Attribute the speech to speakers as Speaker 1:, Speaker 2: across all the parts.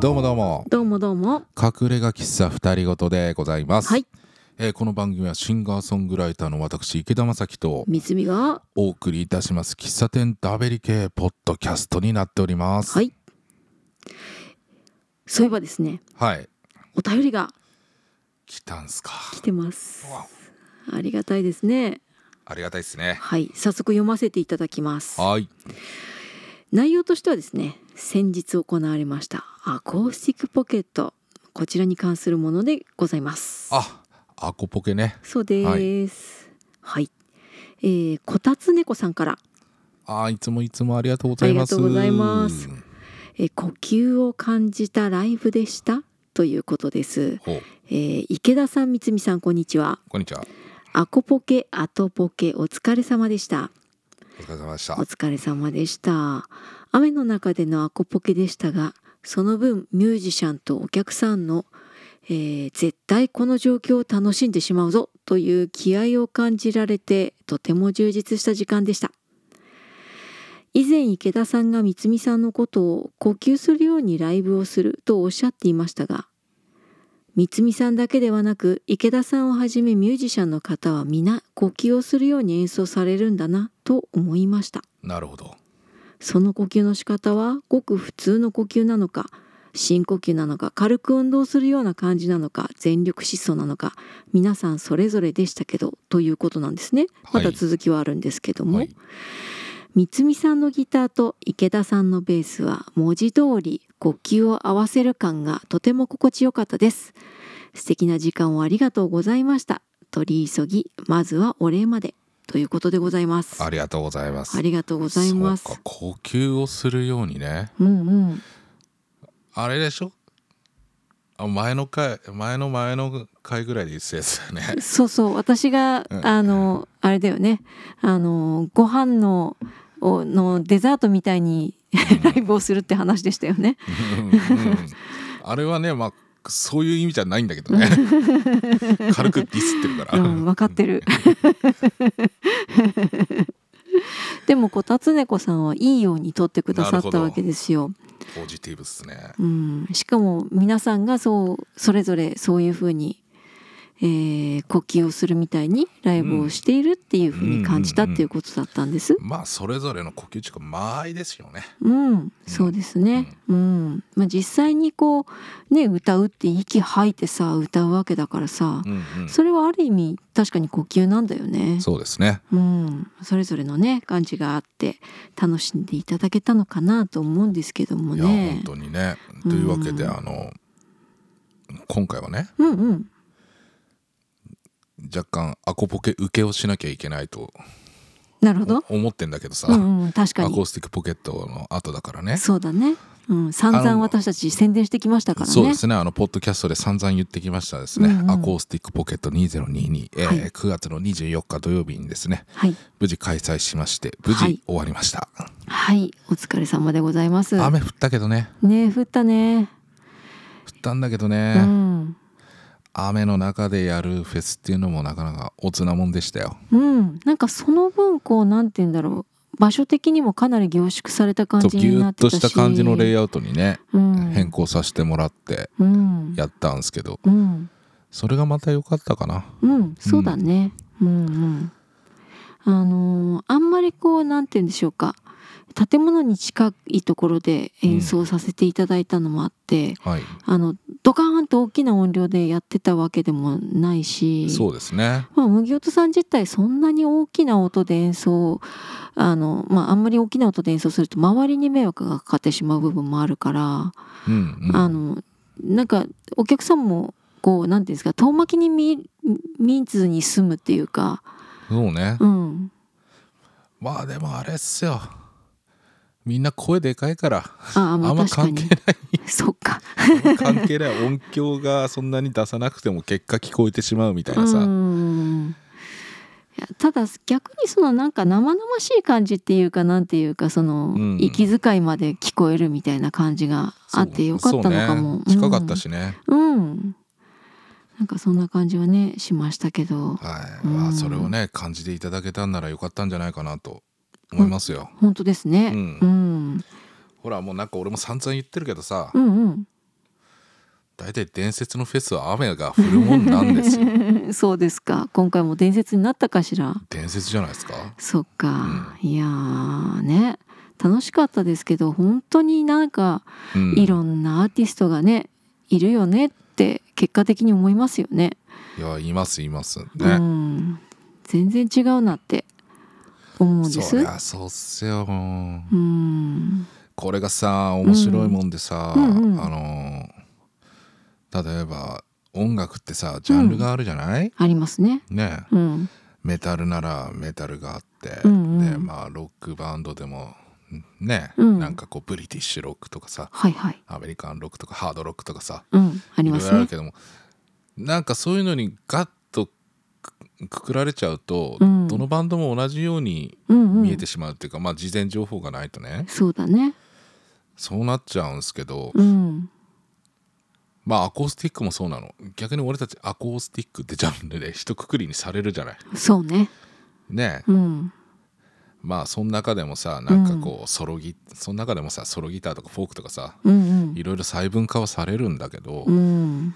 Speaker 1: どうもどうも
Speaker 2: どうもどうも。
Speaker 1: 隠れ家喫茶二人ごとでございます、
Speaker 2: はい
Speaker 1: えーこの番組はシンガーソングライターの私池田正樹と
Speaker 2: 三つみが。
Speaker 1: お送りいたします喫茶店ダベリ系ポッドキャストになっております
Speaker 2: はい。そういえばですね、
Speaker 1: はい、
Speaker 2: お便りが
Speaker 1: 来たんすか
Speaker 2: 来てます
Speaker 1: わ。
Speaker 2: ありがたいですね。
Speaker 1: ありがたいですね
Speaker 2: はい、早速読ませていただきます。
Speaker 1: はい
Speaker 2: 内容としてはですね、先日行われましたアコースティックポケット。こちらに関するものでございます。
Speaker 1: あアコポケね
Speaker 2: そうです。はい。えー、こたつ猫さんから、
Speaker 1: あーいつもいつもありがとうございます
Speaker 2: ありがとうございますえー呼吸を感じたライブでしたということです。
Speaker 1: ほう
Speaker 2: えー池田さん、三つみさん、こんにちは。
Speaker 1: こんにちは
Speaker 2: アコポケアトポケお疲れ様でした
Speaker 1: お疲れ様でした
Speaker 2: お疲れ様でした雨の中でのアコポケでしたがその分ミュージシャンとお客さんの、えー絶対この状況を楽しんでしまうぞという気合を感じられてとても充実した時間でした以前池田さんが三つみさんのことを呼吸するようにライブをするとおっしゃっていましたが三つみさんだけではなく池田さんをはじめミュージシャンの方は皆呼吸をするように演奏されるんだなと思いました
Speaker 1: なるほど
Speaker 2: その呼吸の仕方はごく普通の呼吸なのか深呼吸なのか軽く運動するような感じなのか全力疾走なのか皆さんそれぞれでしたけどということなんですね
Speaker 1: はい
Speaker 2: また続きはあるんですけども、
Speaker 1: はい
Speaker 2: 三つみさんのギターと池田さんのベースは文字通り呼吸を合わせる感がとても心地よかったです素敵な時間をありがとうございました取り急ぎまずはお礼までということでございます
Speaker 1: ありがとうございます
Speaker 2: ありがとうございます
Speaker 1: そうか呼吸をするようにね
Speaker 2: うんうん
Speaker 1: あれでしょあ前の回前の前の回ぐらいで言ってたやつだよね
Speaker 2: そうそう私が、
Speaker 1: うん
Speaker 2: あのあれだよねあのご飯のをのデザートみたいにライブをするって話でしたよね。
Speaker 1: うんうんあれはねまあそういう意味じゃないんだけ どね軽くディスってるか
Speaker 2: う
Speaker 1: ら、
Speaker 2: ん、分かってる。 でもこたつ猫さんはいいように撮ってくださったわけですよ。
Speaker 1: ポジティブっすね
Speaker 2: うん、しかも皆さんがそうそれぞれそういうふうに、えー呼吸をするみたいにライブをしているっていうふうに感じたっていうことだったんです。
Speaker 1: まあそれぞれの呼吸地区間合いですよね
Speaker 2: うん、そうですね。うん、まあ、実際にこう、ね、歌うって息吐いてさ、歌うわけだからさ
Speaker 1: う。んうん
Speaker 2: それはある意味、確かに呼吸なんだよね。
Speaker 1: そうですね
Speaker 2: うん、それぞれのね、感じがあって、楽しんでいただけたのかなと思うんですけども
Speaker 1: いや本
Speaker 2: ね。
Speaker 1: 当にねというわけで
Speaker 2: うん
Speaker 1: あの今回はね
Speaker 2: うんうん、
Speaker 1: 若干アコポケ受けをしなきゃいけないと
Speaker 2: なるほど。
Speaker 1: 思ってんだけどさ、
Speaker 2: うんうん、確か
Speaker 1: アコ
Speaker 2: に
Speaker 1: ー。スティックポケットの後だからね
Speaker 2: そうだね。うん、散
Speaker 1: あ
Speaker 2: 々
Speaker 1: の
Speaker 2: 私たち宣伝してきましたからね。
Speaker 1: そうですねあのポッドキャストで散々言ってきましたですね、
Speaker 2: うんうん
Speaker 1: アコースティックポケット2022、えー
Speaker 2: はい
Speaker 1: 9月の24日土曜日にですね
Speaker 2: はい、
Speaker 1: 無事開催しまして無
Speaker 2: は
Speaker 1: 事
Speaker 2: い
Speaker 1: 終わりました、
Speaker 2: はい、お疲れ様でございます。
Speaker 1: 雨降ったけどね
Speaker 2: ね、降ったね。
Speaker 1: 降ったんだけど
Speaker 2: う
Speaker 1: ね、
Speaker 2: ん。
Speaker 1: 雨の中でやるフェスっていうのもなかなかおつなもんでしたよ
Speaker 2: うん、なんかその分こうなんて言うんだろう場所的にもかなり凝縮された感
Speaker 1: そう
Speaker 2: じ
Speaker 1: ギ
Speaker 2: に
Speaker 1: ュ
Speaker 2: な
Speaker 1: ッ
Speaker 2: って
Speaker 1: と
Speaker 2: たし
Speaker 1: した感じのレイアウトにね、
Speaker 2: うん、
Speaker 1: 変更させてもらって
Speaker 2: うん
Speaker 1: やったんですけど
Speaker 2: うん
Speaker 1: それがまた良かったかな
Speaker 2: うんそうだね、うん、うんあのーあんまりこうなんて言うんでしょうか建物に近いところで演奏させていただいたのもあって、
Speaker 1: はい
Speaker 2: あのドカーンと大きな音量でやってたわけでもないし
Speaker 1: そうですね
Speaker 2: まあ、麦音さん自体そんなに大きな音で演奏あの、まあ、あんまり大きな音で演奏すると周りに迷惑がかかってしまう部分もあるから、
Speaker 1: うんうん
Speaker 2: あのなんかお客さんもこうなんていうんですか遠巻きに見見ずに済むっていうか、
Speaker 1: そうね
Speaker 2: うん、
Speaker 1: まあでもあれっすよみんな声でかいから
Speaker 2: ああま
Speaker 1: あ
Speaker 2: あ
Speaker 1: んま
Speaker 2: 確か
Speaker 1: 関
Speaker 2: に
Speaker 1: 係ない
Speaker 2: そっか、
Speaker 1: あんま関係ない音響がそんなに出さなくても結果聞こえてしまうみたいうなさ、
Speaker 2: んいやただ逆にそのなんか生々しい感じっていうかなんていうかその
Speaker 1: うん
Speaker 2: 息遣いまで聞こえるみたいな感じがあってよかったのかも。
Speaker 1: そうね、近かっ
Speaker 2: うん
Speaker 1: たしね、
Speaker 2: うん。なんかそんな感じはねしましたけど、
Speaker 1: はいまあ、
Speaker 2: うん
Speaker 1: それをね感じていただけたんならよかったんじゃないかなと思いますよ、
Speaker 2: 本当ですね。
Speaker 1: う
Speaker 2: うんん、うん、
Speaker 1: ほらもうなんか俺も散々言ってるけどさ、
Speaker 2: うんうん
Speaker 1: 大体伝説のフェスは雨が降るもんなんです よ
Speaker 2: そうですか今回も伝説になったかしら
Speaker 1: 伝説じゃないですか
Speaker 2: そっか、いやーね楽しかったですけど本当になんか
Speaker 1: うん
Speaker 2: いろんなアーティストがねいるよねって結果的に思いますよね
Speaker 1: いやいますいますね、
Speaker 2: うん、全然違うなって思うん
Speaker 1: そ
Speaker 2: です
Speaker 1: り。ゃそうっすよ、
Speaker 2: うん、
Speaker 1: これがさ面白いもんでさ、
Speaker 2: うんうんうん
Speaker 1: あのー例えば音楽ってさジャンルがあるじゃない、
Speaker 2: ありますね。
Speaker 1: ね
Speaker 2: うん、
Speaker 1: メタルならメタルがあって、
Speaker 2: うんうん
Speaker 1: でまあロックバンドでもね、
Speaker 2: うん
Speaker 1: なんかこうブリティッシュロックとかさ
Speaker 2: はいはい。
Speaker 1: アメリカンロックとかハードロックとかさ
Speaker 2: うん、あり
Speaker 1: いろ
Speaker 2: ま
Speaker 1: いろ
Speaker 2: す
Speaker 1: ある
Speaker 2: ね。
Speaker 1: けどもなんかそういうのにガッとくくくられちゃうと、
Speaker 2: うん
Speaker 1: どのバンドも同じように
Speaker 2: うん、う
Speaker 1: 見え
Speaker 2: ん
Speaker 1: て、しまうっていうか、まあ事前情報がないとね
Speaker 2: そうだね。
Speaker 1: そうなっちゃうんですけど、
Speaker 2: うん、
Speaker 1: まあアコースティックもそうなの逆に俺たちアコースティックってジャンルで一括りにされるじゃない
Speaker 2: そうね。
Speaker 1: ね
Speaker 2: うん、
Speaker 1: まあその中でもさなんかこうソロギ、その中でもさソロギターとかフォークとかさ
Speaker 2: うん、
Speaker 1: いろいろ細分化はされるんだけど、
Speaker 2: うん、うん、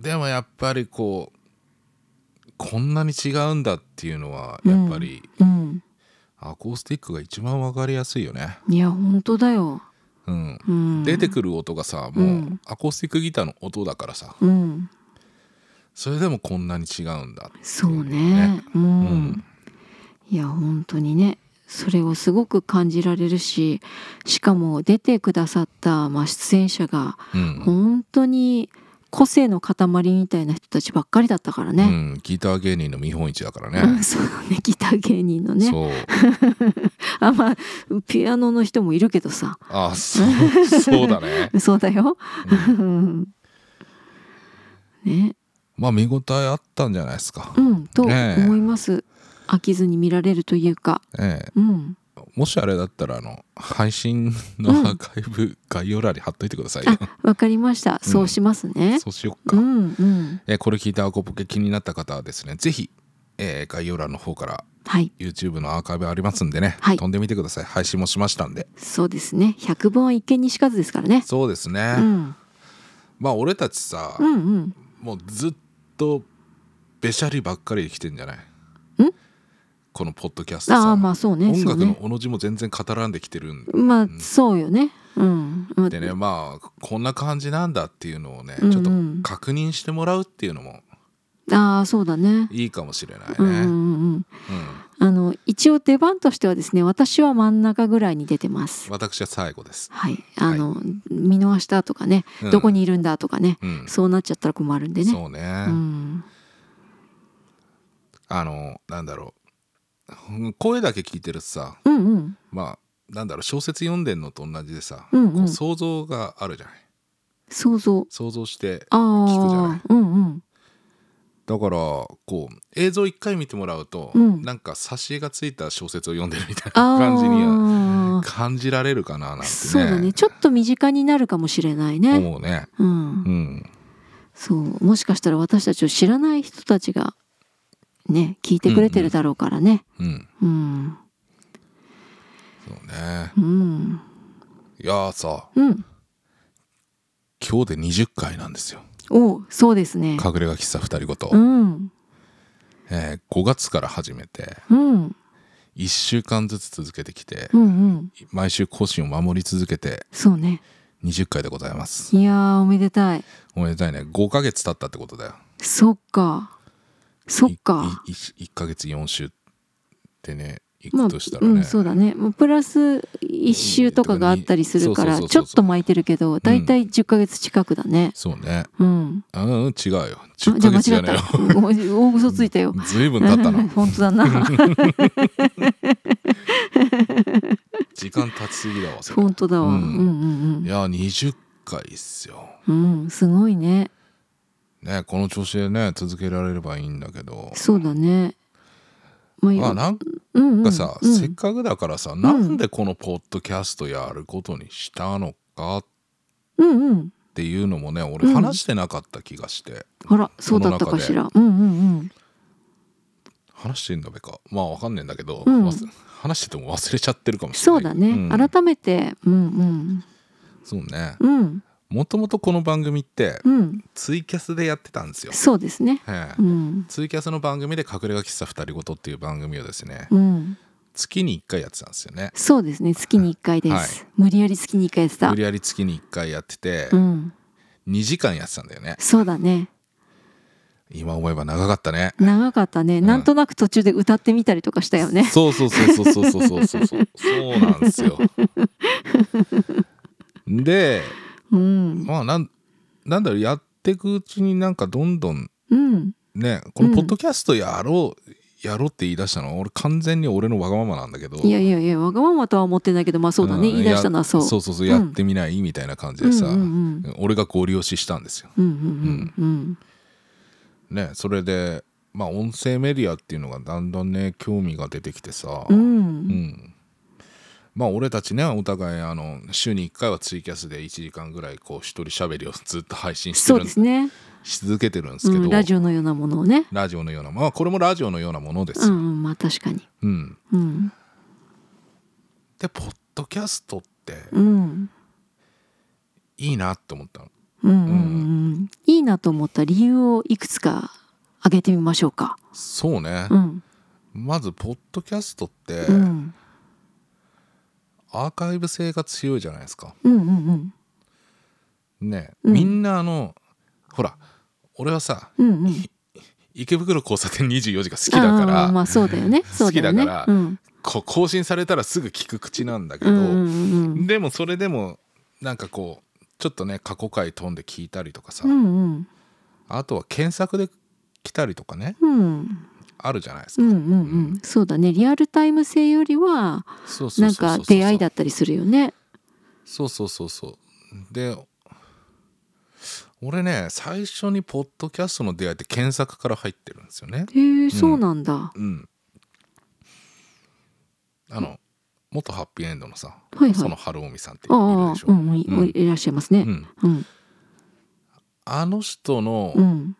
Speaker 1: でもやっぱりこうこんなに違うんだっていうのはやっぱり
Speaker 2: うん。
Speaker 1: アコースティックが一番わかりやすいよね。
Speaker 2: いや、本当だよ。
Speaker 1: うん
Speaker 2: うん、
Speaker 1: 出てくる音がさ
Speaker 2: う
Speaker 1: もうんアコースティックギターの音だからさ
Speaker 2: うん、
Speaker 1: それでもこんなに違うんだ
Speaker 2: そう
Speaker 1: ね
Speaker 2: ね。う
Speaker 1: うん
Speaker 2: ん、いや、本当にね。それをすごく感じられるし、しかも出てくださったまあ出演者が
Speaker 1: うん
Speaker 2: 本当に個性の塊みたいな人たちばっかりだったから
Speaker 1: う
Speaker 2: ね。
Speaker 1: ん、ギター芸人の見本市だから
Speaker 2: う
Speaker 1: ね
Speaker 2: ん、。 そうねギター芸人のね
Speaker 1: そう
Speaker 2: あまあピアノの人もいるけどさ
Speaker 1: あそうそうだね。
Speaker 2: そうだよ、ね
Speaker 1: まあ見応えあったんじゃないですか。
Speaker 2: うんと
Speaker 1: ねえ
Speaker 2: 思います、飽きずに見られるというか
Speaker 1: え
Speaker 2: うん
Speaker 1: え、もしあれだったらあの配信の
Speaker 2: うん
Speaker 1: アーカイブ、概要欄に貼っといてくださいよ。
Speaker 2: あわかりましたそうしますね、
Speaker 1: そうしよっ
Speaker 2: う
Speaker 1: か。
Speaker 2: んうん
Speaker 1: えこれ聞いたアコポケ気になった方はですねぜひ、えー概要欄の方から
Speaker 2: はい
Speaker 1: YouTube のアーカイブありますんでね、
Speaker 2: はい
Speaker 1: 飛んでみてください配信もしましたんで
Speaker 2: そうですね百本は一見にしかずですからね
Speaker 1: そうですね、
Speaker 2: うん
Speaker 1: まあ俺たちさ、
Speaker 2: うんうん
Speaker 1: もうずっとべしゃりばっかり生きてんじゃないこのポッドキャスト
Speaker 2: あ
Speaker 1: さ、
Speaker 2: あまあそうね
Speaker 1: 音
Speaker 2: そう
Speaker 1: 楽の
Speaker 2: ね
Speaker 1: おの字も全然語らんできてるん
Speaker 2: まあそうよねうんうん
Speaker 1: でねまあこんな感じなんだっていうのをね、
Speaker 2: うんうん
Speaker 1: ちょっと確認してもらうっていうのも
Speaker 2: ああそうだね。
Speaker 1: いいかもしれないね。
Speaker 2: うんうん
Speaker 1: うん
Speaker 2: うん。あの一応出番としてはですね、私は真ん中ぐらいに出てます。
Speaker 1: 私は最後です。
Speaker 2: はい。あの、見逃したとかね、
Speaker 1: うん
Speaker 2: どこにいるんだとかね、
Speaker 1: うん、
Speaker 2: そうなっちゃったら困るんでね。
Speaker 1: そうね、
Speaker 2: うん。
Speaker 1: あのなんだろううん声だけ聞いてるとさ
Speaker 2: うんうん
Speaker 1: まあなんだろう小説読んでんのと同じでさ、
Speaker 2: うんう
Speaker 1: こ
Speaker 2: ん
Speaker 1: う想像があるじゃない
Speaker 2: 想像。
Speaker 1: 想像して
Speaker 2: あ
Speaker 1: 聞くじゃない
Speaker 2: あ。うんうん。
Speaker 1: だからこう映像一回見てもらうと、
Speaker 2: うん
Speaker 1: なんか挿絵がついた小説を読んでるみたいな
Speaker 2: ああ。
Speaker 1: 感じには感じられるかななんてね
Speaker 2: そうだね。ちょっと身近になるかもしれないね。
Speaker 1: 思うね。
Speaker 2: う。
Speaker 1: うんん、
Speaker 2: そう。もしかしたら私たちを知らない人たちがね、聞いてくれてるだろうからね。
Speaker 1: うん、
Speaker 2: うん。
Speaker 1: そうね。
Speaker 2: うん。
Speaker 1: いやーさ、
Speaker 2: うん。
Speaker 1: 今日で20回なんですよ。
Speaker 2: おうそうですね。
Speaker 1: 隠れ家喫茶二人ごと、
Speaker 2: うん。
Speaker 1: えー5月から始めて
Speaker 2: うん。
Speaker 1: 1週間ずつ続けてきて
Speaker 2: うん。う、ん。
Speaker 1: 毎週更新を守り続けて
Speaker 2: そうね。
Speaker 1: 20回でございます。
Speaker 2: いやー、おめでたい。
Speaker 1: おめでたいね。5ヶ月経ったってことだよ。
Speaker 2: そっか。そっか。
Speaker 1: いいい1ヶ月4週ってね、行
Speaker 2: まあ、
Speaker 1: くとしたら
Speaker 2: う
Speaker 1: ね。
Speaker 2: ん、そうだね。もうプラス一周とかがあったりするか
Speaker 1: うん
Speaker 2: ら、
Speaker 1: そう
Speaker 2: ち
Speaker 1: そうそうそう
Speaker 2: ょっと巻いてるけど、だいたい10ヶ月近くだね。
Speaker 1: そうね。
Speaker 2: うん。
Speaker 1: うん、うん、違うよ。
Speaker 2: あ
Speaker 1: 10ヶ月じ
Speaker 2: じ
Speaker 1: ゃ
Speaker 2: ゃあ
Speaker 1: ね
Speaker 2: 間違った。ごめん大嘘ついた
Speaker 1: えよ
Speaker 2: よ。。
Speaker 1: ずいぶん経ったな。
Speaker 2: 本当だな。
Speaker 1: 時間経ちすぎだわ、それ。
Speaker 2: 本当だわ。
Speaker 1: う
Speaker 2: うんんうん
Speaker 1: いやー、20回っすよ。
Speaker 2: うん。うん、すごいね。
Speaker 1: ね、この調子でね続けられればいいんだけど
Speaker 2: そうだね。まあいい
Speaker 1: まあ
Speaker 2: よ、
Speaker 1: なん
Speaker 2: うんうん
Speaker 1: かさ、
Speaker 2: うん
Speaker 1: せっかくだからさ、なんでこのポッドキャストやることにしたのかっ
Speaker 2: うんうん。
Speaker 1: ていうのもね俺
Speaker 2: うん
Speaker 1: 話してなかった気がして、
Speaker 2: あら、そうだったかしら。うんうん
Speaker 1: 話してんだべかまあわかんねえんだけど、
Speaker 2: うん
Speaker 1: 忘話してても忘れちゃってるかも
Speaker 2: うん。
Speaker 1: しれ
Speaker 2: そ
Speaker 1: ないう
Speaker 2: だね。
Speaker 1: ん
Speaker 2: 改めて、うんうん
Speaker 1: そうね
Speaker 2: うん。
Speaker 1: もともとこの番組って
Speaker 2: うん、
Speaker 1: ツイキャスでやってたんですよ、
Speaker 2: そうですね。
Speaker 1: え
Speaker 2: う
Speaker 1: え
Speaker 2: ん、
Speaker 1: ツイキャスの番組で隠れ家喫茶二人ごとっていう番組をですね
Speaker 2: うん、
Speaker 1: 月に1回やってたんですよね
Speaker 2: そうですね。月に一回です。無理やり月に一回やってた
Speaker 1: 無理。やり月に1回やってて
Speaker 2: うん、
Speaker 1: 2時間やってたんだよね
Speaker 2: そうだね。
Speaker 1: 今思えば長かったね
Speaker 2: 長かったね。
Speaker 1: ん
Speaker 2: なんとなく途中で歌ってみたりとかしたよね。
Speaker 1: そうそうそうそうそうそうそうそ うそうなんですよで
Speaker 2: うん、
Speaker 1: まあなんなんだろうやっていくうちになんかどんどん
Speaker 2: うん、
Speaker 1: ねこの
Speaker 2: うん
Speaker 1: ポッドキャストやろう、やろうって言い出したのは俺完全に俺のわがままなんだけど
Speaker 2: いやいやいや、わがままとは思ってないけど、まあそうだね。
Speaker 1: ん
Speaker 2: 言い出したのはそう。
Speaker 1: やそうそうそうやってみない、みたいな感じでさ、
Speaker 2: うんうん
Speaker 1: 俺がご利用ししたんですよ
Speaker 2: うん、うん、うん、うん、
Speaker 1: ねそれでまあ音声メディアっていうのがだんだんね興味が出てきてさ、
Speaker 2: う、
Speaker 1: うんんまあ俺たちねお互いあの週に1回はツイキャスで1時間ぐらいこう一人しゃべりをずっと配信して
Speaker 2: そう
Speaker 1: るん
Speaker 2: ですね。
Speaker 1: し続けてるんですけど、
Speaker 2: うん、ラジオのようなものをね。
Speaker 1: ラジオのようなまあこれもラジオのようなものです
Speaker 2: う
Speaker 1: よ、
Speaker 2: ん、うん、まあ確かに。
Speaker 1: うん
Speaker 2: うん、
Speaker 1: でポッドキャストって
Speaker 2: うん、
Speaker 1: いいなって思ったの
Speaker 2: うん、うん、うん、いいなと思った理由をいくつか挙げてみましょうか。
Speaker 1: そうね、
Speaker 2: うん、
Speaker 1: まずポッドキャストって
Speaker 2: うん、
Speaker 1: アーカイブ性が強いじゃないですか
Speaker 2: うん、うん、
Speaker 1: ね、
Speaker 2: うん
Speaker 1: みんなあのほら俺はさ
Speaker 2: うん、うん、うん。
Speaker 1: 池袋交差点24時が好きだか
Speaker 2: あー
Speaker 1: ら
Speaker 2: まあそうだよね。そうだよね
Speaker 1: 好きだから
Speaker 2: うん、
Speaker 1: こう更新されたらすぐ聞く口なんだけ
Speaker 2: う
Speaker 1: ど、
Speaker 2: ん、うん、
Speaker 1: でもそれでもなんかこうちょっとね過去回飛んで聞いたりとかさ、
Speaker 2: うん、うん、
Speaker 1: あとは検索で来たりとかね
Speaker 2: うん、うん、
Speaker 1: あるじゃないです
Speaker 2: う
Speaker 1: か、
Speaker 2: ん、うん、そうだね。リアルタイム性よりは、
Speaker 1: そうそう
Speaker 2: なん
Speaker 1: そうそう
Speaker 2: か出会いだったりするよね。
Speaker 1: そうそうそうそうで俺ね最初にポッドキャストの出会いって検索から入ってるんですよね
Speaker 2: へえ、そうなんだ。
Speaker 1: うんあの元ハッピーエンドのさ、
Speaker 2: はいはい
Speaker 1: その春臣さんってい
Speaker 2: あ
Speaker 1: る
Speaker 2: あ
Speaker 1: でし、ょ、
Speaker 2: うん、うんいいらっしゃいますね
Speaker 1: う。ん
Speaker 2: うん、
Speaker 1: あの人の
Speaker 2: うん、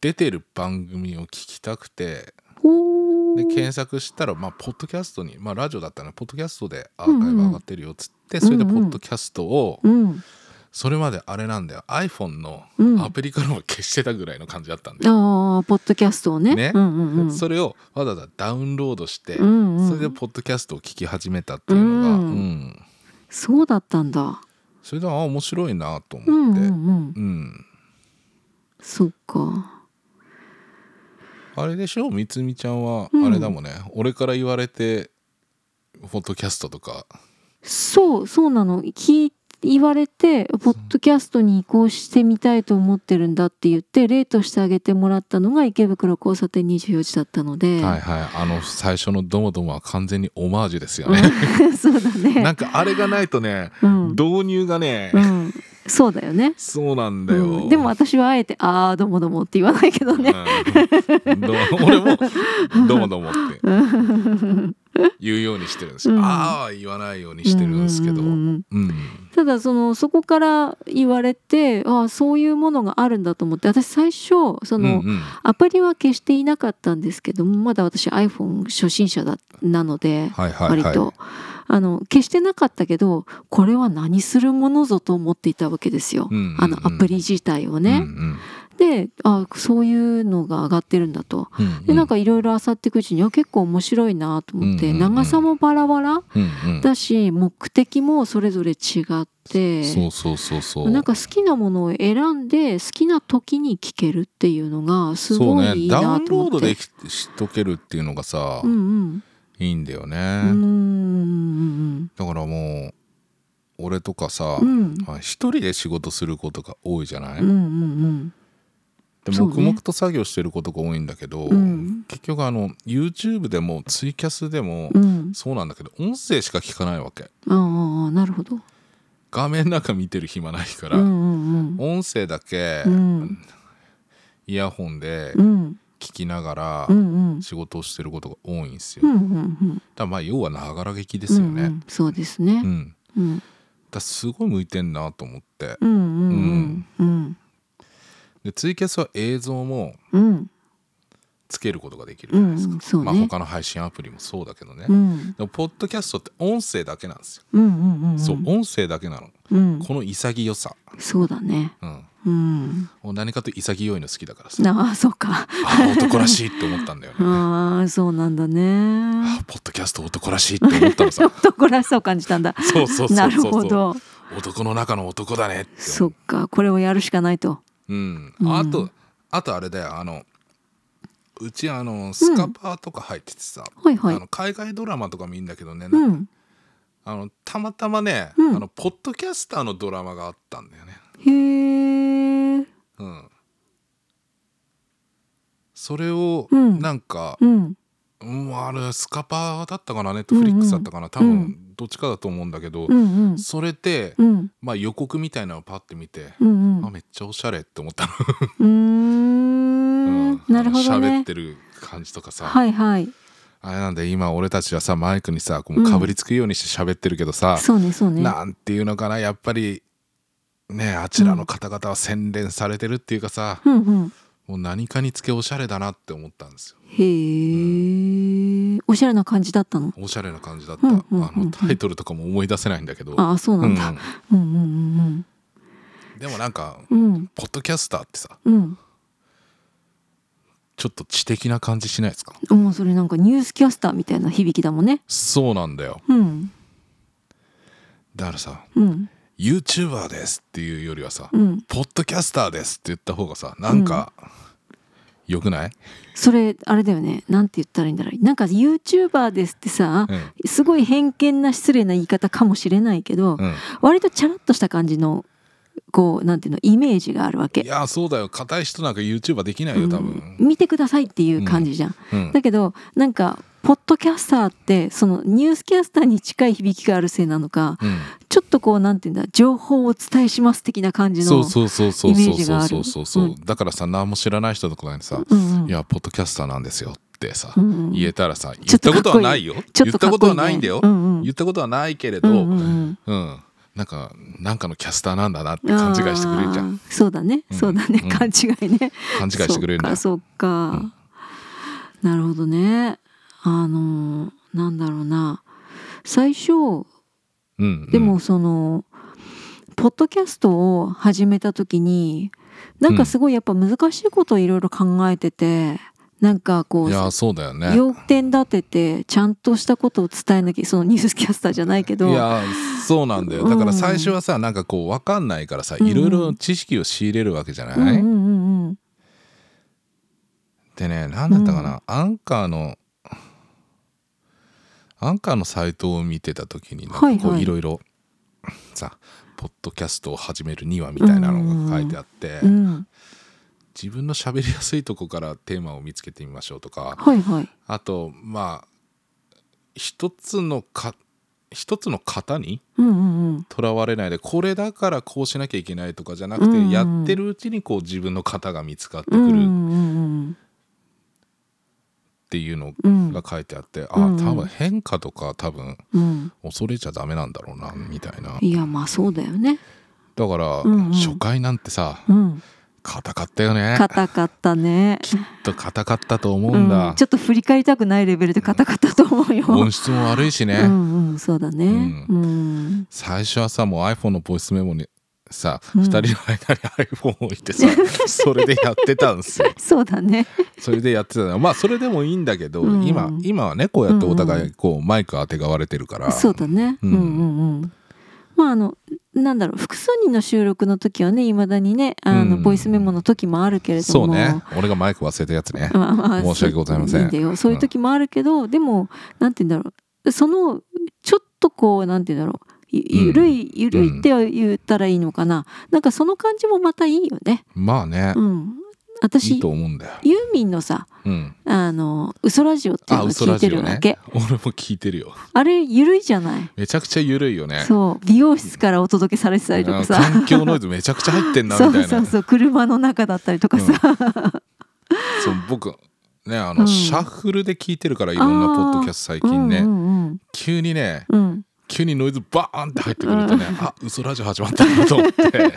Speaker 1: 出てる番組を聞きたくて、
Speaker 2: お
Speaker 1: で
Speaker 2: ー
Speaker 1: 検索したらまあポッドキャストにまあラジオだったらポッドキャストでアーカイブ上がってるよっつって、それでポッドキャストを、
Speaker 2: うん、
Speaker 1: それまであれなんだよ iPhone の
Speaker 2: うん
Speaker 1: アプリからも消してたぐらいの感じだったんだよ、
Speaker 2: ああ、ポッドキャストをね。
Speaker 1: ね
Speaker 2: うんうんうん。
Speaker 1: それをわざわざダウンロードして、
Speaker 2: うんうん
Speaker 1: それでポッドキャストを聞き始めたっていうのが、
Speaker 2: うん
Speaker 1: うん
Speaker 2: そうだったんだ。
Speaker 1: それであ面白いなと
Speaker 2: う
Speaker 1: 思
Speaker 2: ん
Speaker 1: っ
Speaker 2: う
Speaker 1: て、うん
Speaker 2: んうん。そっか。
Speaker 1: あれでしょみつみちゃんは
Speaker 2: うん
Speaker 1: あれだもんね、俺から言われてポッドキャストとか
Speaker 2: そう、そうなの。聞い言われて、ポッドキャストに移行してみたいと思ってるんだって言って、例としてあげてもらったのが池袋交差点24時だったので。
Speaker 1: はいはいあの最初の「どもども」は完全にオマージュですよね、
Speaker 2: うん そうだ
Speaker 1: な
Speaker 2: ね。
Speaker 1: んかあれがないとね、
Speaker 2: うん
Speaker 1: 導入がね、
Speaker 2: うん。そうだよね。
Speaker 1: そうなんだよ、
Speaker 2: うんでも私はあえて「ああどうもどうも」って言わないけどね。
Speaker 1: うんどう俺も「どうもどうも」って言うようにしてるんですよ、
Speaker 2: うん
Speaker 1: ああ言わないようにしてるんですけど、
Speaker 2: う
Speaker 1: うん
Speaker 2: うんうんうんただそのそこから言われてああそういうものがあるんだと思って私最初その、
Speaker 1: うんうん
Speaker 2: アプリは消していなかったんですけどもまだ私 iPhone 初心者だなので、
Speaker 1: はいはいはい
Speaker 2: 割とあの消してなかったけどこれは何するものぞと思っていたわけですよ、
Speaker 1: うんうんうん
Speaker 2: あのアプリ自体を
Speaker 1: うん
Speaker 2: ね。
Speaker 1: うん
Speaker 2: でああそういうのが上がってるんだと。
Speaker 1: うんうん
Speaker 2: でなんかいろいろ漁っていくうちにあ結構面白いなと思っ
Speaker 1: うん
Speaker 2: て、
Speaker 1: うんうん
Speaker 2: 長さもバラバラ
Speaker 1: うんうん
Speaker 2: だし目的もそれぞれ違って
Speaker 1: そうそうそうそう
Speaker 2: なんか好きなものを選んで好きな時に聴けるっていうのがすごいいいな
Speaker 1: ダウ
Speaker 2: と思って
Speaker 1: ンロードできしとけるっていうのがさ、
Speaker 2: うんうん
Speaker 1: いいんだよね、
Speaker 2: うんうん
Speaker 1: だからもう俺とかさ、
Speaker 2: うんうん
Speaker 1: まあ一人で仕事することが多いじゃない、
Speaker 2: うんうん
Speaker 1: で
Speaker 2: そうね
Speaker 1: 黙々と作業してることが多いんだけど、
Speaker 2: うん
Speaker 1: 結局あの YouTube でもツイキャスでも
Speaker 2: うんうん
Speaker 1: そうなんだけど音声しか聞かないわけ
Speaker 2: ああなるほど
Speaker 1: 画面なんか見てる暇ないから、
Speaker 2: うんうん
Speaker 1: 音声だけ
Speaker 2: うんうん
Speaker 1: イヤホンで
Speaker 2: うん
Speaker 1: 聞きながら
Speaker 2: うんうん
Speaker 1: 仕事をしてることが多いんですよ、
Speaker 2: う
Speaker 1: だか
Speaker 2: んうん
Speaker 1: らまあ要はながら劇で
Speaker 2: う
Speaker 1: すよ
Speaker 2: んう
Speaker 1: ね
Speaker 2: んそうです
Speaker 1: うん、
Speaker 2: ねうん
Speaker 1: だからすごい向いてんなと思って
Speaker 2: うんうんうんうん
Speaker 1: でツイキャスは映像も
Speaker 2: うん
Speaker 1: つけることができる
Speaker 2: う
Speaker 1: じゃない
Speaker 2: ん
Speaker 1: で
Speaker 2: う
Speaker 1: すか、
Speaker 2: んそう
Speaker 1: まあ、
Speaker 2: ね、
Speaker 1: 他の配信アプリもそうだけどね、
Speaker 2: う
Speaker 1: で
Speaker 2: ん
Speaker 1: もポッドキャストって音声だけなんですよ、
Speaker 2: うんうんうんうん
Speaker 1: そう音声だけなの
Speaker 2: うん
Speaker 1: この潔さ、
Speaker 2: そうだね
Speaker 1: うん、
Speaker 2: うん
Speaker 1: もう何かと潔いの好きだからさ
Speaker 2: ああそう か
Speaker 1: あー男らしいって思ったんだよね
Speaker 2: ああそうなんだね
Speaker 1: あーポッドキャスト男らしいって思 ったのさ
Speaker 2: 男らしさを感じたんだ
Speaker 1: そうそうそうそうそう
Speaker 2: なるほど
Speaker 1: 男の中の男だねって
Speaker 2: そっかこれをやるしかないと
Speaker 1: うん、
Speaker 2: うん
Speaker 1: あとあとあれだよあのうちあのスカパーとか入っててさ、
Speaker 2: はいはい
Speaker 1: あの海外ドラマとかもいいんだけどね、なんか
Speaker 2: うん
Speaker 1: あのたまたまね、
Speaker 2: うん
Speaker 1: あのポッドキャスターのドラマがあったんだよね、
Speaker 2: へえ
Speaker 1: うん、それを
Speaker 2: うん
Speaker 1: なんか、
Speaker 2: うん
Speaker 1: うんあれスカパーだったかなネットフリックスだったかな、多
Speaker 2: う
Speaker 1: 分どっちかだと思うんだけど、
Speaker 2: うんうん
Speaker 1: それで、
Speaker 2: うん
Speaker 1: まあ、予告みたいなのをパッて見て、
Speaker 2: うんうん
Speaker 1: あめっちゃおしゃれって思ったの、
Speaker 2: うーんなるほど
Speaker 1: 喋
Speaker 2: ね
Speaker 1: ってる感じとかさ、
Speaker 2: はいはい
Speaker 1: あれなんで今俺たちはさマイクにさもうかぶりつくようにして喋ってるけどさ、
Speaker 2: そうねそうね
Speaker 1: なんていうのかなやっぱりねあちらの方々は洗練されてるっていうかさ、
Speaker 2: うんうん
Speaker 1: もう何かにつけおしゃれだなって思ったんですよ
Speaker 2: へえおしゃれな感じだったの
Speaker 1: おしゃれな感じだった、
Speaker 2: うんうんうんうん
Speaker 1: あのタイトルとかも思い出せないんだけど、
Speaker 2: ああそうなん
Speaker 1: う
Speaker 2: だ
Speaker 1: ん
Speaker 2: うんうん
Speaker 1: でもなんか
Speaker 2: うんうん
Speaker 1: ポッドキャスターってさ
Speaker 2: うん
Speaker 1: ちょっと知的な感じしないですか
Speaker 2: うんもうそれなんかニュースキャスターみたいな響きだもんね
Speaker 1: そうなんだよ
Speaker 2: うん
Speaker 1: だからさ
Speaker 2: うん
Speaker 1: YouTuber ですっていうよりはさ、
Speaker 2: うん
Speaker 1: ポッドキャスターですって言った方がさなんか、よくない、
Speaker 2: それあれだよねなんて言ったらいいんだろうなんか YouTuber ですってさ
Speaker 1: うん
Speaker 2: すごい偏見な失礼な言い方かもしれないけ
Speaker 1: う
Speaker 2: ど、
Speaker 1: ん
Speaker 2: 割とチャラッとした感じのこうなんていうのイメージがあるわ
Speaker 1: い
Speaker 2: け、
Speaker 1: やそうだよ硬い人なんか YouTuber できな
Speaker 2: う
Speaker 1: いよ
Speaker 2: ん
Speaker 1: 多分、
Speaker 2: 見てくださいっていう感じじゃん、
Speaker 1: うん
Speaker 2: だけどなんかポッドキャスターってそのニュースキャスターに近い響きがあるせいなのか
Speaker 1: うん
Speaker 2: ちょっとこうなんていうんだ情報をお伝えします的な感じの
Speaker 1: そうそうそうそう
Speaker 2: イメ
Speaker 1: そ
Speaker 2: ー
Speaker 1: う
Speaker 2: ジ
Speaker 1: そ
Speaker 2: が
Speaker 1: う
Speaker 2: あ
Speaker 1: そう
Speaker 2: る
Speaker 1: そうそう、
Speaker 2: うん
Speaker 1: だからさ何も知らない人とかにさ「
Speaker 2: うんうん
Speaker 1: いやポッドキャスターなんですよ」ってさ、
Speaker 2: うんうん
Speaker 1: 言えたらさ言
Speaker 2: ちょ
Speaker 1: っ
Speaker 2: っと
Speaker 1: た
Speaker 2: か
Speaker 1: こ
Speaker 2: っ
Speaker 1: と
Speaker 2: こい
Speaker 1: はいないよ
Speaker 2: ち
Speaker 1: 言
Speaker 2: ょっ
Speaker 1: った
Speaker 2: とかっ
Speaker 1: こ
Speaker 2: こ
Speaker 1: と
Speaker 2: いいね
Speaker 1: はないんだよ、
Speaker 2: うんうん
Speaker 1: 言ったことはないけれど、
Speaker 2: うんうんうん
Speaker 1: うんなんかなんかのキャスターなんだなって勘違いしてくれるじゃん
Speaker 2: あーそうだね、
Speaker 1: うん
Speaker 2: そうだね、
Speaker 1: うん
Speaker 2: 勘違いね
Speaker 1: 勘違いしてくれるんだよ
Speaker 2: そうかそうか、なるほどねあのーなんだろうな最初
Speaker 1: うんうん
Speaker 2: でもその、ポッドキャストを始めた時になんかすごいやっぱ難しいことをいろいろ考えてて、なんかこ
Speaker 1: いや
Speaker 2: う
Speaker 1: そうだよね
Speaker 2: 要点立ててちゃんとしたことを伝えなきゃそのニュースキャスターじゃないけど
Speaker 1: いやそうなんだよ
Speaker 2: うん
Speaker 1: だから最初はさなんかこう分かんないからさ
Speaker 2: うんうん
Speaker 1: いろいろ知識を仕入れるわけじゃない、
Speaker 2: うんうんうんうん
Speaker 1: でね何だったかな、アンカーのアンカーのサイトを見てた時になんかこ
Speaker 2: はいは
Speaker 1: う
Speaker 2: い
Speaker 1: いろいろさポッドキャストを始めるにはみたいなのが書いてあって、
Speaker 2: うん
Speaker 1: 自分の喋りやすいとこからテーマを見つけてみましょうとか
Speaker 2: はいはい
Speaker 1: あとまあ一つのか一つの型に
Speaker 2: うんうんうん
Speaker 1: とらわれないでこれだからこうしなきゃいけないとかじゃなくて、
Speaker 2: うんうん
Speaker 1: やってるうちにこう自分の型が見つかってく
Speaker 2: うんう
Speaker 1: るっ
Speaker 2: んうん
Speaker 1: ていうの
Speaker 2: うん
Speaker 1: が書いてあって、
Speaker 2: うん
Speaker 1: あ多分変化とか多分
Speaker 2: うん
Speaker 1: 恐れちゃダメなんだろうなみたいなだか
Speaker 2: いやまあそうだよね
Speaker 1: ら、
Speaker 2: うんうん
Speaker 1: 初回なんてさ
Speaker 2: うん
Speaker 1: 硬かったよね
Speaker 2: 硬かったね
Speaker 1: きっと硬かったと思うんだ
Speaker 2: うん、ちょっと振り返りたくないレベルで硬かったと思うよ、
Speaker 1: 音質も悪いしね、
Speaker 2: うんうんそうだね
Speaker 1: う
Speaker 2: うん、
Speaker 1: 最初はさもう iPhone のボイスメモにさ、
Speaker 2: うん
Speaker 1: 2人の間に iPhone を置いて さそれでやってたんですよ
Speaker 2: そうだね
Speaker 1: それでやってたのまあそれでもいいんだけど、
Speaker 2: うん
Speaker 1: 今今はねこうやってお
Speaker 2: うん
Speaker 1: 互
Speaker 2: う
Speaker 1: いこうマイクあてがわれてるから
Speaker 2: そうだね、
Speaker 1: う
Speaker 2: うんん、うんうんまああのなんだろう複数人の収録の時はねいまだにねあの、
Speaker 1: うん
Speaker 2: ボイスメモの時もあるけれど
Speaker 1: そ
Speaker 2: も
Speaker 1: うね俺がマイク忘れたやつね
Speaker 2: まあまあ
Speaker 1: 申し訳ございません
Speaker 2: いいんだよそういう時もあるけど、でもなんて言うんだろうそのちょっとこうなんて言うんだろうゆゆるいゆるいっては言ったらいいのかな、なんかその感じもまたいいよね
Speaker 1: まあね、
Speaker 2: うん
Speaker 1: いい
Speaker 2: 私
Speaker 1: と思うんだよ、
Speaker 2: ユーミンのさ
Speaker 1: うん、
Speaker 2: あの「ウソラジオ」っていう
Speaker 1: あ
Speaker 2: のを
Speaker 1: 嘘
Speaker 2: 聞
Speaker 1: ラ
Speaker 2: いて
Speaker 1: ジオ
Speaker 2: る
Speaker 1: ね
Speaker 2: わけあ,、
Speaker 1: 俺も聞いてるよ
Speaker 2: れゆるいじゃない、
Speaker 1: めちゃくちゃ緩いよね
Speaker 2: そう美容室からお届けされてたりと
Speaker 1: あ
Speaker 2: か
Speaker 1: の
Speaker 2: さ
Speaker 1: 環境ノイズめちゃくちゃ入ってんなみた
Speaker 2: そ
Speaker 1: いな
Speaker 2: うそうそう車の中だったりとかさ、
Speaker 1: そう僕ねあの、
Speaker 2: うん
Speaker 1: シャッフルで聞いてるからいろんな
Speaker 2: あー
Speaker 1: ポッドキャスト最
Speaker 2: うん、
Speaker 1: 近ね、
Speaker 2: うん
Speaker 1: 急にね
Speaker 2: うんうん
Speaker 1: 急にノイズバーン って入ってくるとね、あ嘘ラジオ始まったなと思って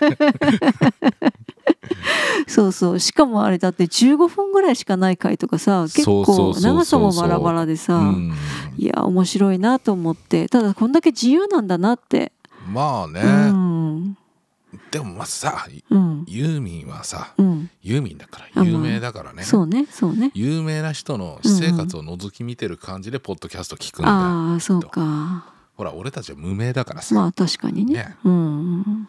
Speaker 2: そうそうしかもあれだって15分ぐらいしかない回とかさ結
Speaker 1: そうそうそう
Speaker 2: 構
Speaker 1: そう
Speaker 2: 長さもバラバラでさ、
Speaker 1: うん、
Speaker 2: いや面白いなと思ってただこんだけ自由なんだなって、
Speaker 1: まあね、
Speaker 2: うん
Speaker 1: でもまあさ
Speaker 2: うん
Speaker 1: ユーミンはさ
Speaker 2: うん
Speaker 1: ユーミンだか
Speaker 2: あま
Speaker 1: ら
Speaker 2: あ
Speaker 1: 有名だからね、
Speaker 2: そうねそうね
Speaker 1: 有名な人の私生活を覗き見てる感じでポッドキャスト聞くんだよ、
Speaker 2: ああそうか
Speaker 1: ほら俺たちは無名だからさ、
Speaker 2: まあ確かにね
Speaker 1: ね
Speaker 2: うん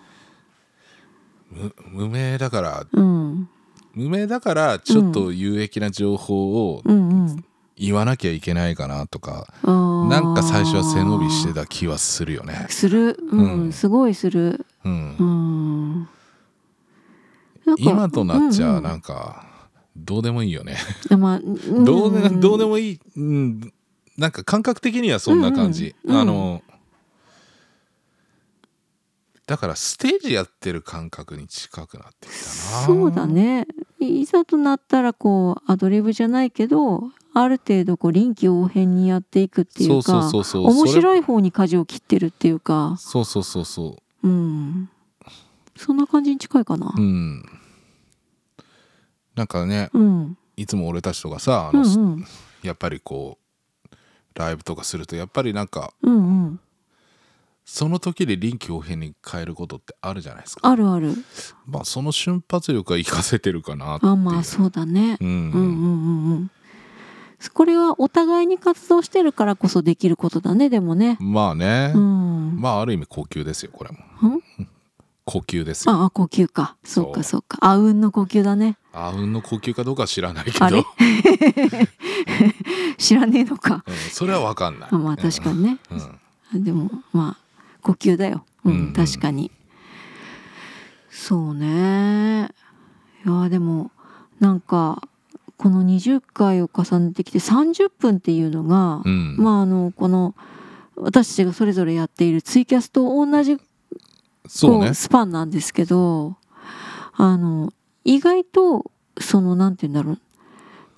Speaker 1: む無名だから
Speaker 2: うん
Speaker 1: 無名だからちょっと有益な情報を
Speaker 2: うんうん
Speaker 1: 言わなきゃいけないかなとか、
Speaker 2: あー
Speaker 1: なんか最初は背伸びしてた気はするよね。
Speaker 2: するうん、
Speaker 1: うん
Speaker 2: すごいする
Speaker 1: うん
Speaker 2: うんなんか
Speaker 1: 今となっち
Speaker 2: うんう
Speaker 1: ゃ
Speaker 2: ん
Speaker 1: なんかどうでもいいよね。
Speaker 2: あまあ、ん
Speaker 1: どうでどうでもいい、うん、なんか感覚的にはそんな感じ。
Speaker 2: うんうん
Speaker 1: あのだからステージやってる感覚に近くなってきたな。
Speaker 2: そうだ。ねいざとなったらこうアドリブじゃないけどある程度こう臨機応変にやっていくってい
Speaker 1: そううそう
Speaker 2: か
Speaker 1: そうそう。
Speaker 2: 面
Speaker 1: それ
Speaker 2: 白い方に舵を切ってるっていうか
Speaker 1: そうそうそうそう。
Speaker 2: うんそんな感じに近いかな
Speaker 1: うん、なんかね
Speaker 2: うん
Speaker 1: いつも俺たちとかさあ
Speaker 2: う
Speaker 1: の、
Speaker 2: んうん
Speaker 1: やっぱりこうライブとかするとやっぱりなんか
Speaker 2: うんうん
Speaker 1: その時で臨機応変に変えることってあるじゃないですか
Speaker 2: あるある
Speaker 1: まあその瞬発力は活かせてるかなっていう
Speaker 2: あまあそうだね
Speaker 1: うん
Speaker 2: うんうんうんうんこれはお互いに活動してるからこそできることだねでもね
Speaker 1: まあね、
Speaker 2: うん
Speaker 1: まあある意味呼吸ですよこれも
Speaker 2: ん
Speaker 1: 呼吸ですよ
Speaker 2: ああ呼吸かそうか
Speaker 1: そ
Speaker 2: そうかあうんの呼吸だね
Speaker 1: あうんの呼吸かどうかは知らないけ
Speaker 2: あ
Speaker 1: ど、う
Speaker 2: れ
Speaker 1: ん、
Speaker 2: 知らねえのか
Speaker 1: それは分かんない
Speaker 2: あまあ確かにね
Speaker 1: うんうん
Speaker 2: でもまあ呼吸だようん、
Speaker 1: うんうん
Speaker 2: 確かにそうねいやでもなんかこの20回を重ねてきて30分っていうのが、
Speaker 1: うん
Speaker 2: まああのこの私たちがそれぞれやっているツイキャスと同じ
Speaker 1: そう
Speaker 2: こ
Speaker 1: ね
Speaker 2: うスパンなんですけどあの意外とそのなんて言うんだろう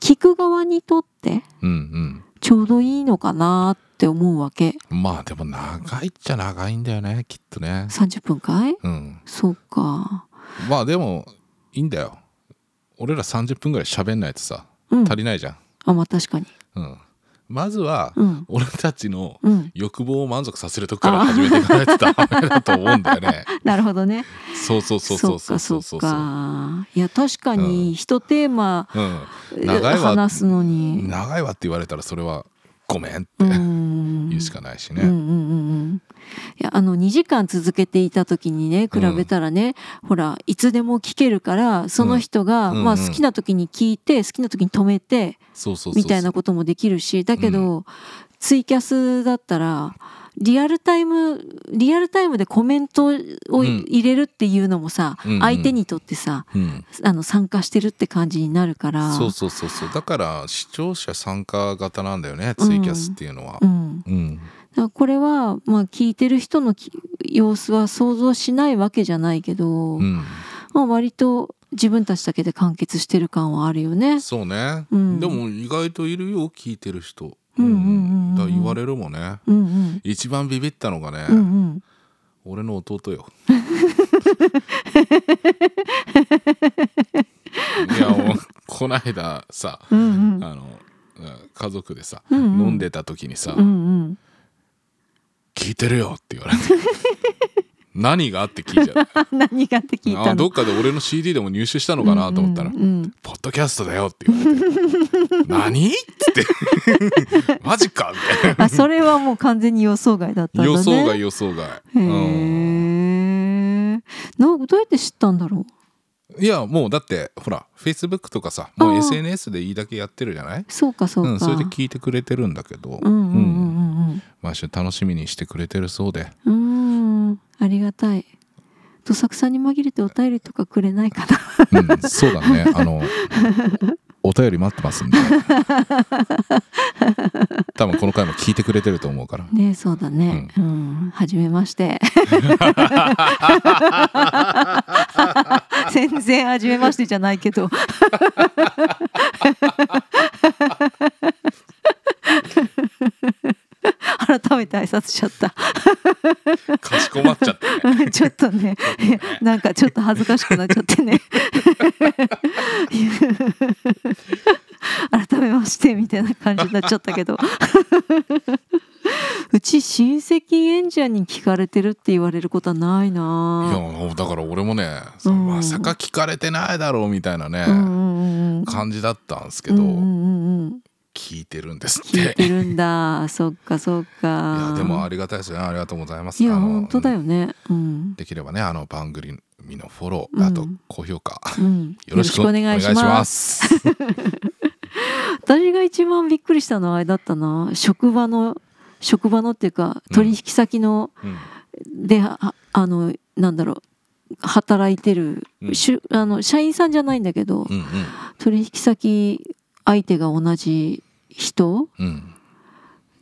Speaker 2: 聞く側にとって
Speaker 1: うん
Speaker 2: ちょうどいいのかなって思うわけ
Speaker 1: うんまあでも長いっちゃ長いんだよねきっとね
Speaker 2: 30分かい
Speaker 1: うん
Speaker 2: そうか、
Speaker 1: まあでもいいんだよ俺ら30分ぐらい喋んないとさ
Speaker 2: うん、
Speaker 1: 足りないじゃん、
Speaker 2: あまあ確かに
Speaker 1: うん、まずは
Speaker 2: うん
Speaker 1: 俺たちの
Speaker 2: うん
Speaker 1: 欲望を満足させるとこから始めていかないとダメだと思うんだよ ね
Speaker 2: なるほどね
Speaker 1: そうそうそうそうそうそうそう
Speaker 2: っかそっかいや確かに一テーマ
Speaker 1: うん、長いわ
Speaker 2: 話すの
Speaker 1: う
Speaker 2: に
Speaker 1: ん、長いわって言われたらそれはごめんって
Speaker 2: うん
Speaker 1: 言うしかないし
Speaker 2: うん
Speaker 1: ね、
Speaker 2: うんうんうんいやあの2時間続けていた時にね比べたらね、ほらいつでも聞けるからその人が、
Speaker 1: うんうん
Speaker 2: まあ、
Speaker 1: うん
Speaker 2: 好きな時に聞いて好きな時に止めて
Speaker 1: そうそうそうそう
Speaker 2: みたいなこともできるしだけど、ツイキャスだったらリアルタイムリアルタイムでコメントを
Speaker 1: うん
Speaker 2: 入れるっていうのもさ、
Speaker 1: うんうん
Speaker 2: 相手にとってさ
Speaker 1: うん、
Speaker 2: あの参加してるって感じになるから
Speaker 1: そうそうそうそうだから視聴者参加型なんだよねツイキャスっていうのは、
Speaker 2: うん、
Speaker 1: うん
Speaker 2: だからこれは、まあ、聞いてる人のき様子は想像しないわけじゃないけど、
Speaker 1: うん、
Speaker 2: まあ、割と自分たちだけで完結してる感はあるよね。
Speaker 1: そうね、
Speaker 2: うん
Speaker 1: でも意外といるよ聞いてる人、
Speaker 2: うんうんうんうん
Speaker 1: だから言われるもんね
Speaker 2: うん
Speaker 1: 一番ビビったのがね、
Speaker 2: うん、うんうん、
Speaker 1: 俺の弟 よいやもうこないださ
Speaker 2: うん
Speaker 1: あ
Speaker 2: うん、
Speaker 1: のうん家族でさ、
Speaker 2: うんうん
Speaker 1: 飲んでた時にさ「
Speaker 2: うんうん、
Speaker 1: 聞いてるよ」って言われて 何がって聞いちゃう
Speaker 2: あ何が って聞い
Speaker 1: あ
Speaker 2: たの
Speaker 1: どっかで俺の CD でも入手したのかなと思ったら
Speaker 2: うんうんうん
Speaker 1: 「ポッドキャストだよ」って言われて「何?」っつって「マジか」みたいな
Speaker 2: あそれはもう完全に予想外だったんだね。
Speaker 1: 予想外予想外、
Speaker 2: へ
Speaker 1: うん、
Speaker 2: え。などうやって知ったんだろう。
Speaker 1: いやもうだってほら Facebook とかさも
Speaker 2: あ
Speaker 1: う
Speaker 2: あ
Speaker 1: SNS でいいだけやってるじゃない
Speaker 2: そうかそうか。
Speaker 1: ん、それで聞いてくれてるんだけど、
Speaker 2: うんうんうん
Speaker 1: 毎週楽しみにしてくれてるそうで
Speaker 2: うんうん。うんありがたい。どさくさに紛れてお便りとかくれないか
Speaker 1: う
Speaker 2: な。
Speaker 1: ん、そうだね。あの、お便り待ってますんで。多分この回も聞いてくれてると思うから。
Speaker 2: ねえそうだね。うん。はじめま して。全然はじめましてじゃないけ ど。改めて挨拶しちゃった。
Speaker 1: かしこまっちゃったね。
Speaker 2: ちちょっとねなんかちょっと恥ずかしくなっちゃってね 改めましてみたいな感じになっちゃったけど うち親戚縁者に聞かれてるって言われることはない
Speaker 1: い
Speaker 2: な
Speaker 1: やだから俺もね、
Speaker 2: うん
Speaker 1: まさか聞かれてないだろうみたいなね、
Speaker 2: ぁうんうんうん
Speaker 1: 感じだったんですけ
Speaker 2: うん
Speaker 1: ど、
Speaker 2: うんうんうん
Speaker 1: 聞いてるんですって
Speaker 2: 聞いてるん だそっかそっ
Speaker 1: い
Speaker 2: か
Speaker 1: やでもありがたいですねありがとうございます
Speaker 2: いや
Speaker 1: あの
Speaker 2: 本当だよねうん、
Speaker 1: できればねあの番組のフォロ
Speaker 2: うん
Speaker 1: ーあと高評価、
Speaker 2: うん、
Speaker 1: よろしくお願いしますす
Speaker 2: 私が一番びっくりしたのはあれだったな職場の職場のっていうか
Speaker 1: うん
Speaker 2: 取引先の、
Speaker 1: うん
Speaker 2: でああのなんだろう働いてる、
Speaker 1: うん
Speaker 2: しゅあの社員さんじゃないんだけど、
Speaker 1: うん
Speaker 2: 取引先相手が同じ人
Speaker 1: うんうん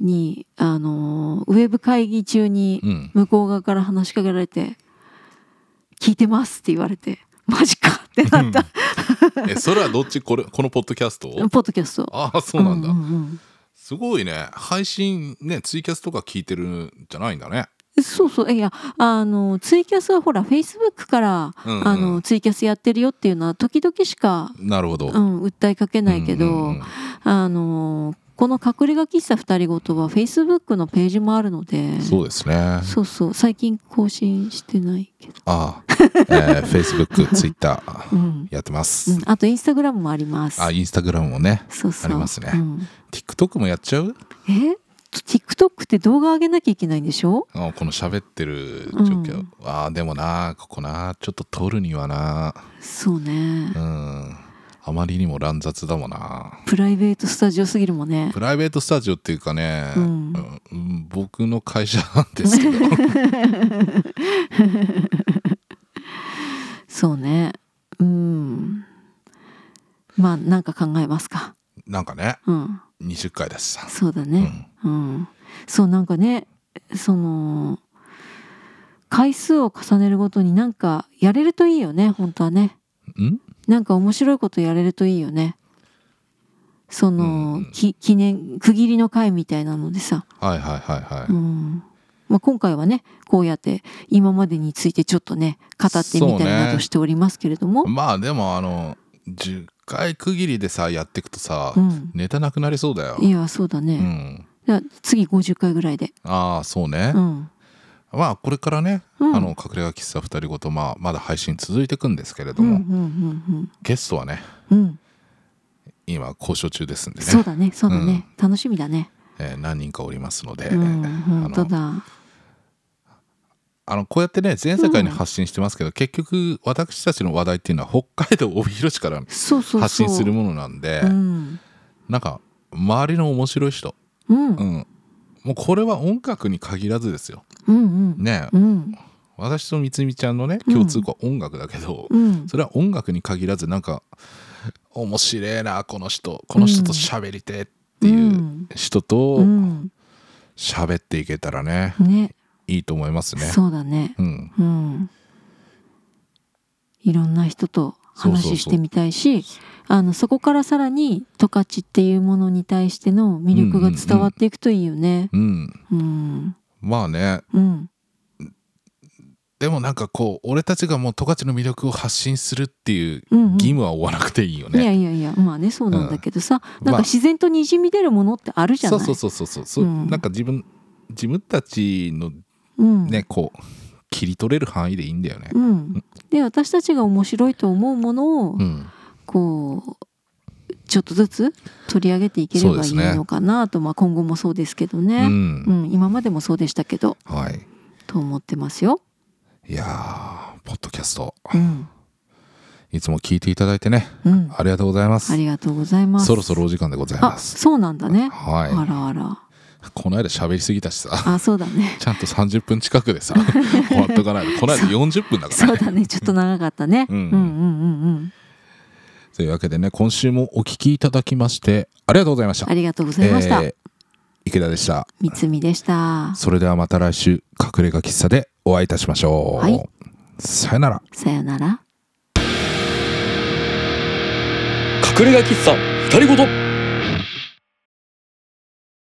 Speaker 2: にあのウェブ会議中に
Speaker 1: うん
Speaker 2: 向こう側から話しかけられて「聞いてます」って言われて「マジか」ってなった、
Speaker 1: えそれはどっちこれこのポッドキャスト
Speaker 2: ポッドキャスト
Speaker 1: ああそうなんだ、
Speaker 2: うんうん
Speaker 1: すごいね配信ねツイキャスとか聞いてるんじゃないんだね、
Speaker 2: うんそうそういやあのツイキャスはほらフェイスブックから、
Speaker 1: うんうん
Speaker 2: あのツイキャスやってるよっていうのは時々しか、
Speaker 1: なるほど、
Speaker 2: うん、訴えかけないけど、
Speaker 1: うんうんうん
Speaker 2: あのこの隠れ家喫茶二人ごとはフェイスブックのページもあるので
Speaker 1: そうですねあ
Speaker 2: そうそう最近更新してないけど、
Speaker 1: あ、えー、Facebook ツイッタ
Speaker 2: う
Speaker 1: ー
Speaker 2: ん
Speaker 1: やってます、
Speaker 2: うん、あとインスタグラムもあります
Speaker 1: あインスタグラムもね
Speaker 2: そうそう
Speaker 1: ありますね
Speaker 2: うん、
Speaker 1: TikTok もやっちゃう
Speaker 2: え TikTok って動画上げなきゃいけないんでしょ
Speaker 1: あこの喋ってる状況、
Speaker 2: うん
Speaker 1: あーでもなここなちょっと撮るにはな
Speaker 2: そうね
Speaker 1: うんあまりにも乱雑だもんな
Speaker 2: プライベートスタジオすぎるもんね
Speaker 1: プライベートスタジオっていうかね、
Speaker 2: うん
Speaker 1: うん僕の会社なんですけど
Speaker 2: そうねうんまあなんか考えますか
Speaker 1: なんかね
Speaker 2: うん
Speaker 1: 20回だしさ、
Speaker 2: そうだ
Speaker 1: う
Speaker 2: ね
Speaker 1: ん、
Speaker 2: うん、そうなんかねその回数を重ねるごとになんかやれるといいよね本当はね
Speaker 1: うん
Speaker 2: なんか面白いことやれるといいよねその、
Speaker 1: うん
Speaker 2: き記念区切りの会みたいなのでさ
Speaker 1: はいはいはいはい、
Speaker 2: うんまあ、今回はねこうやって今までについてちょっとね語ってみたりなどしておりますけれどもう,、
Speaker 1: まあでもあの10回区切りでさやっていくとさ、
Speaker 2: ん
Speaker 1: ネタなくなりそうだよ、
Speaker 2: いやそうだ
Speaker 1: う
Speaker 2: ね、
Speaker 1: ん、
Speaker 2: じゃあ次50回ぐらいで、
Speaker 1: ああそうね
Speaker 2: う、ん
Speaker 1: まあこれからね、
Speaker 2: うん、
Speaker 1: あの隠れ家喫茶2人ごと、まあ、まだ配信続いていくんですけれど
Speaker 2: うん
Speaker 1: も、
Speaker 2: うんうん
Speaker 1: ゲストはね
Speaker 2: うんうん
Speaker 1: 今交渉中ですんでね
Speaker 2: そうだねそうだね、楽しみだね、
Speaker 1: えー何人かおりますので、
Speaker 2: うん
Speaker 1: あ
Speaker 2: 本当
Speaker 1: の
Speaker 2: だ
Speaker 1: あのこうやってね全世界に発信してますけど、結局私たちの話題っていうのは北海道帯広市から
Speaker 2: そうそうそう
Speaker 1: 発信するものなんで
Speaker 2: うん、
Speaker 1: なんか周りの面白い人、
Speaker 2: うん、うん
Speaker 1: うん、もうこれは音楽に限らずですよ
Speaker 2: うん
Speaker 1: ね
Speaker 2: うんうん
Speaker 1: 私とみつみちゃんのね
Speaker 2: うん
Speaker 1: 共通項は音楽だけど、
Speaker 2: うん
Speaker 1: それは音楽に限らずなんか面白えなこの人この人と喋りてえっていう人と
Speaker 2: うん
Speaker 1: 喋っていけたらね、
Speaker 2: ね
Speaker 1: いいと思いますね。
Speaker 2: そうだね
Speaker 1: うん、
Speaker 2: うん、いろんな人と話してみたいしあのそこからさらに十勝っていうものに対しての魅力が伝わっていくといいよね。
Speaker 1: うん、
Speaker 2: うん
Speaker 1: まあね
Speaker 2: うん
Speaker 1: でもなんかこう俺たちがもう十勝の魅力を発信するっていう
Speaker 2: うんうん
Speaker 1: 義務は負わなくていいよ
Speaker 2: いや
Speaker 1: ね。
Speaker 2: いやいやまあねそうなんだけどさ、
Speaker 1: うんま
Speaker 2: なんか
Speaker 1: あ
Speaker 2: 自然とにじみ出るものってあるじゃ
Speaker 1: そ
Speaker 2: な
Speaker 1: う
Speaker 2: い、
Speaker 1: そうそうそうそうそう、
Speaker 2: うん
Speaker 1: なんか自分自分たちの
Speaker 2: うん
Speaker 1: ねこう切り取れる範囲でいいんだよね。
Speaker 2: うん、で私たちが面白いと思うものを、
Speaker 1: うん、
Speaker 2: こうちょっとずつ取り上げていければいい
Speaker 1: そうですね
Speaker 2: のかなと、まあ、今後もそうですけど
Speaker 1: うん
Speaker 2: ね、うん、今までもそうでしたけど
Speaker 1: はい。
Speaker 2: と思ってますよ。
Speaker 1: いやーポッドキャスト
Speaker 2: うん、
Speaker 1: いつも聞いていただいてね
Speaker 2: うん、
Speaker 1: ありがとうございます
Speaker 2: あ。りがとうございます。
Speaker 1: そろそろお時間でござい
Speaker 2: あ、
Speaker 1: ます。
Speaker 2: そうなんだね。あ
Speaker 1: は
Speaker 2: らあら。
Speaker 1: い。この間喋りすぎたしさ。
Speaker 2: あ、そうだ ね。
Speaker 1: ちゃんと30分近くで さ終わっとかないとこの間40分だから
Speaker 2: そ
Speaker 1: ね
Speaker 2: うだね。ちょっと長かったね。う
Speaker 1: うんん
Speaker 2: うんうんうん。
Speaker 1: というわけでね今週もお聞きいただきましてありがとうございました
Speaker 2: ありがとうございました。
Speaker 1: えー池田でした
Speaker 2: 三つみでした。
Speaker 1: それではまた来週隠れ家喫茶でお会いいたしましょう、
Speaker 2: はい
Speaker 1: さよなら
Speaker 2: さよなら。
Speaker 3: 隠れ家喫茶二人ごと